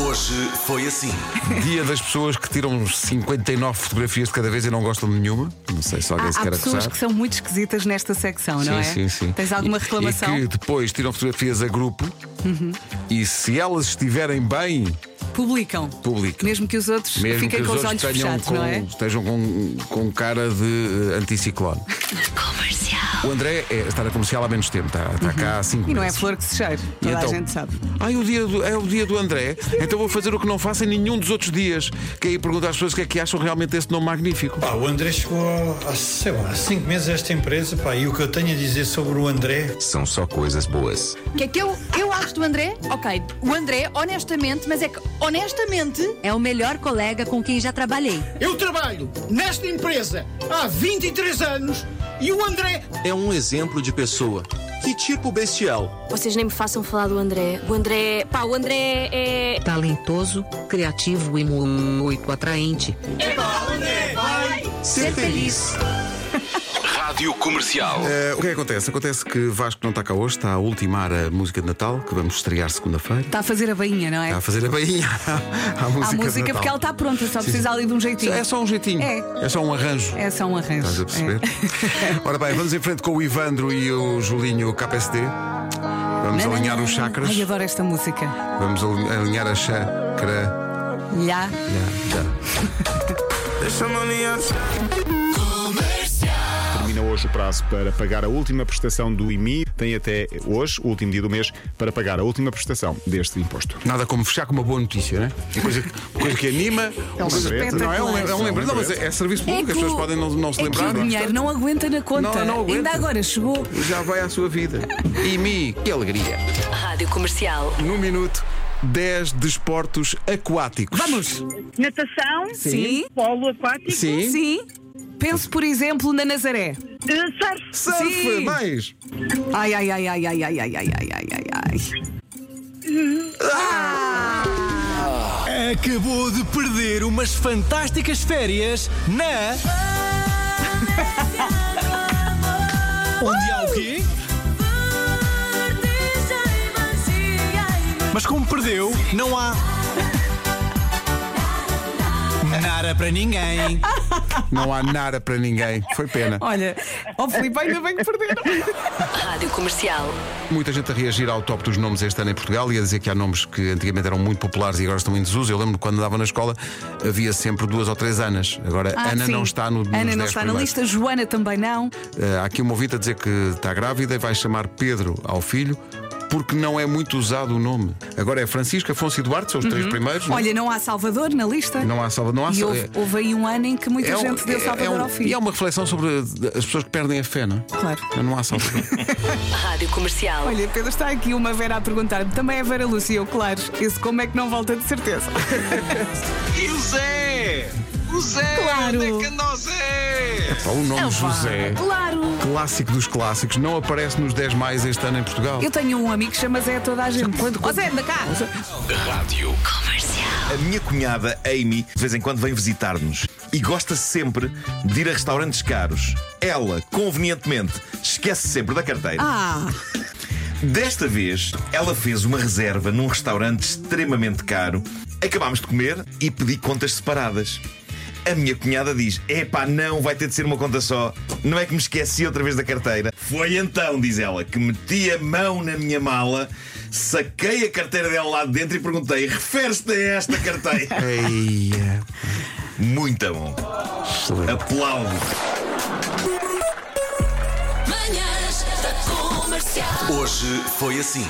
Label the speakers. Speaker 1: Hoje foi assim.
Speaker 2: Dia das pessoas que tiram 59 fotografias de cada vez e não gostam de nenhuma. Não sei se alguém se
Speaker 3: Há, há
Speaker 2: quer
Speaker 3: pessoas
Speaker 2: acusar.
Speaker 3: que são muito esquisitas nesta secção, não é?
Speaker 2: Sim, sim, sim.
Speaker 3: Tens alguma
Speaker 2: E-
Speaker 3: reclamação? Uhum.
Speaker 2: E que depois tiram fotografias a grupo e se elas estiverem bem,
Speaker 3: Publicam.
Speaker 2: publicam.
Speaker 3: Mesmo que os outros
Speaker 2: Mesmo
Speaker 3: fiquem
Speaker 2: que
Speaker 3: com
Speaker 2: os
Speaker 3: os olhos
Speaker 2: outros tenham
Speaker 3: fechados,
Speaker 2: com,
Speaker 3: não é?
Speaker 2: estejam com, com cara de eh, anticiclone. O André é, está na comercial há menos tempo, está, está cá há 5
Speaker 3: E não é
Speaker 2: meses.
Speaker 3: flor que se cheira.
Speaker 2: E
Speaker 3: Toda
Speaker 2: então,
Speaker 3: a gente sabe.
Speaker 2: Ai, o dia do- é o dia do André, então vou fazer o que não faço em nenhum dos outros dias, que aí pergunto às pessoas o que é que acham realmente desse nome magnífico.
Speaker 4: Pá, o André chegou há, sei lá, há cinco meses a esta empresa, pá, e o que eu tenho a dizer sobre o André.
Speaker 5: São só coisas boas.
Speaker 6: O que é que eu, eu acho do André? Ok, o André, honestamente, mas é que honestamente
Speaker 7: É o melhor colega com quem já trabalhei.
Speaker 8: Eu trabalho nesta empresa há 23 anos e o André
Speaker 9: é um
Speaker 5: Tipo
Speaker 9: exemplo de pessoa. Que tipo bestial.
Speaker 10: Vocês nem me façam falar do André. O André. Pá, o André é.
Speaker 7: Talentoso, criativo e muito atraente.
Speaker 5: É
Speaker 9: Ser feliz.
Speaker 1: Rádio Comercial.
Speaker 2: Eh, o que é que acontece? Acontece que Vasco não está cá hoje, está a ultimar a música de Natal, que vamos estrear segunda-feira.
Speaker 3: Está a fazer a bainha, não é?
Speaker 2: Está a fazer a bainha à música.
Speaker 3: Há
Speaker 2: de
Speaker 3: música
Speaker 2: Natal.
Speaker 3: porque ela está pronta, só precisa ali de um jeitinho.
Speaker 2: É só um jeitinho.
Speaker 3: É.
Speaker 2: É só um arranjo.
Speaker 3: É só um arranjo.
Speaker 2: Estás a perceber?
Speaker 3: É.
Speaker 2: Ora bem, vamos em frente com o Ivandro e o Julinho KSD. Vamos
Speaker 3: Não, não,
Speaker 2: alinhar
Speaker 3: não,
Speaker 2: os
Speaker 3: não, não.
Speaker 2: chakras.
Speaker 3: Ai, adoro esta música.
Speaker 2: Vamos alin- alinhar a chakra.
Speaker 3: Já.
Speaker 11: Termina hoje o prazo para pagar a última prestação do IMI. Tem até hoje, o último dia do mês, para pagar a última prestação deste imposto.
Speaker 2: Nada como fechar com uma boa notícia, não é? É coisa, que- coisa que anima. É um
Speaker 11: lembrete.
Speaker 2: Não, é um, é um lembrete. Não, mas é, é serviço público,
Speaker 3: que
Speaker 2: as pessoas
Speaker 3: o-
Speaker 2: podem não, não se
Speaker 3: é
Speaker 2: lembrar.
Speaker 3: Que o dinheiro não aguenta na conta.
Speaker 2: Não, não aguenta.
Speaker 3: Ainda agora chegou.
Speaker 2: Já vai à sua vida. IMI, que alegria.
Speaker 7: Rádio Comercial.
Speaker 2: Num minuto, 10 desportos aquáticos.
Speaker 3: Vamos!
Speaker 6: Natação,
Speaker 3: Sim.
Speaker 6: polo aquático,
Speaker 2: Sim.
Speaker 3: Sim. Penso, por exemplo, na Nazaré.
Speaker 6: surf,
Speaker 2: Surf,
Speaker 3: Sim.
Speaker 2: mais.
Speaker 3: Ai, ai, ai, ai, ai, ai, ai, ai, ai, ai, ai, ai.
Speaker 9: Acabou de perder umas fantásticas férias na. Onde há o quê? Mas como perdeu, não há. Nada para ninguém.
Speaker 2: Não há nada para ninguém. Foi pena.
Speaker 3: Olha, ó Filipe, ainda bem que perderam.
Speaker 7: Rádio Comercial.
Speaker 2: Muita gente a reagir ao top dos nomes este ano em Portugal e a dizer que há nomes que antigamente eram muito populares e agora estão em desuso. Eu lembro quando andava na escola havia sempre duas ou três Anas. Agora
Speaker 3: Ah,
Speaker 2: Ana
Speaker 3: sim.
Speaker 2: não está no nos
Speaker 3: Ana
Speaker 2: 10
Speaker 3: não está na
Speaker 2: primeiros.
Speaker 3: lista, Joana também não.
Speaker 2: Eh, há aqui uma ouvinte a dizer que está grávida e vai chamar Pedro ao filho porque não é muito usado o nome. Agora é Francisco, Afonso e Duarte, são os três primeiros. não é?
Speaker 3: Uhum. Olha, não há Salvador na lista.
Speaker 2: Não há Salvador, não há
Speaker 3: E
Speaker 2: Sa-
Speaker 3: houve,
Speaker 2: é-
Speaker 3: houve aí um ano em que muita
Speaker 2: É um-
Speaker 3: gente deu
Speaker 2: é-
Speaker 3: Salvador
Speaker 2: é um-
Speaker 3: ao
Speaker 2: E é
Speaker 3: filho.
Speaker 2: uma reflexão sobre eh, as pessoas que perdem a fé, não é?
Speaker 3: Claro.
Speaker 2: Não há Salvador.
Speaker 7: Rádio Comercial.
Speaker 3: Olha, Pedro, está aqui uma Vera a perguntar-me. Também é Vera Lúcia, eu, claro. Esse como é que não volta de certeza?
Speaker 5: E o Zé? O Zé!
Speaker 3: Claro. onde é que
Speaker 5: anda o Zé?
Speaker 2: Só o nome José,
Speaker 3: Claro!
Speaker 2: clássico dos clássicos, não aparece nos 10 mais este ano em Portugal.
Speaker 3: Eu tenho um amigo que chama Zé a toda a gente. Quando, Zé, anda cá!
Speaker 5: A minha cunhada Amy de vez em quando vem visitar-nos e gosta sempre de ir a restaurantes caros. Ela, convenientemente, esquece sempre da carteira.
Speaker 3: Ah,
Speaker 5: Desta vez, ela fez uma reserva num restaurante extremamente caro. Acabámos de comer e pedi contas separadas. A minha cunhada diz: Epá, não, vai ter de ser uma conta só. Não é que me esqueci outra vez da carteira. Foi então, diz ela, que meti a mão na minha mala, saquei a carteira dela lá de dentro e perguntei: refere-se a é esta carteira?
Speaker 2: Eia,
Speaker 5: Muito bom.
Speaker 2: excelente.
Speaker 5: Aplaudo.
Speaker 1: Hoje foi assim.